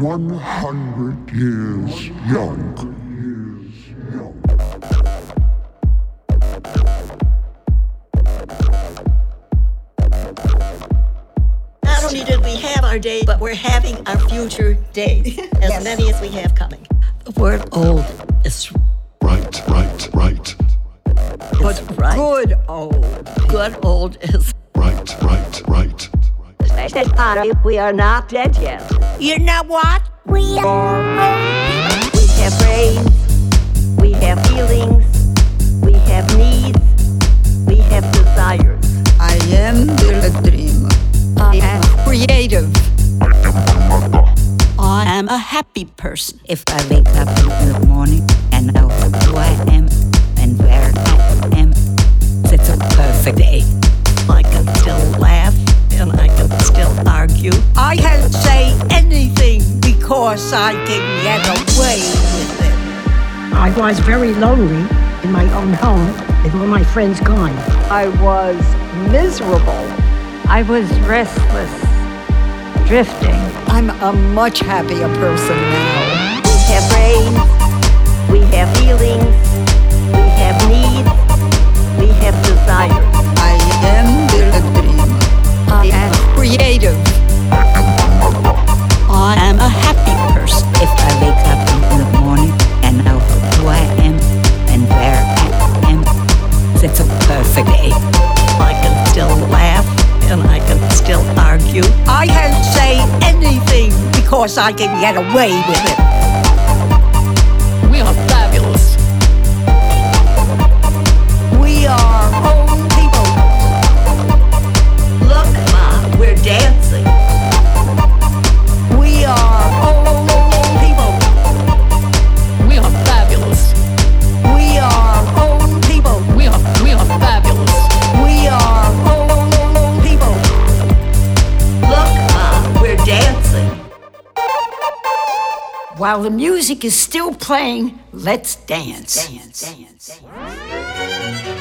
100 years young. Not only did we have our day, but we're having our future days, as Yes. many as we have coming. The word old is Right, right, right. but right. Good old. Good old is. Right, right, right. We are not dead yet. You know what? We We have brains. We have feelings. We have needs. We have desires. I am the dreamer. I am creative. I am a happy person. If I wake up in the morning and know who I am and where I am, it's a perfect day. I can still laugh and I can still argue. I can say anything because I can get away with it. I was very lonely in my own home with all my friends gone. I was miserable. I was restless, drifting. I'm a much happier person now. We have brains. We have feelings. We have needs. We have desires. I am the dreamer. I am creative. I am a happy person. If I wake up in the morning and know who I am and where I am, it's a perfect day. I can still laugh and I can still argue. I can say anything because I can get away with it. We are fabulous. We are own people. Look, Ma, we're dancing. We are own people. We are fabulous. We are own people. We are we are fabulous. We are own people. uh, Look, Ma, we're dancing. While the music is still playing, let's dance. dance, dance, dance.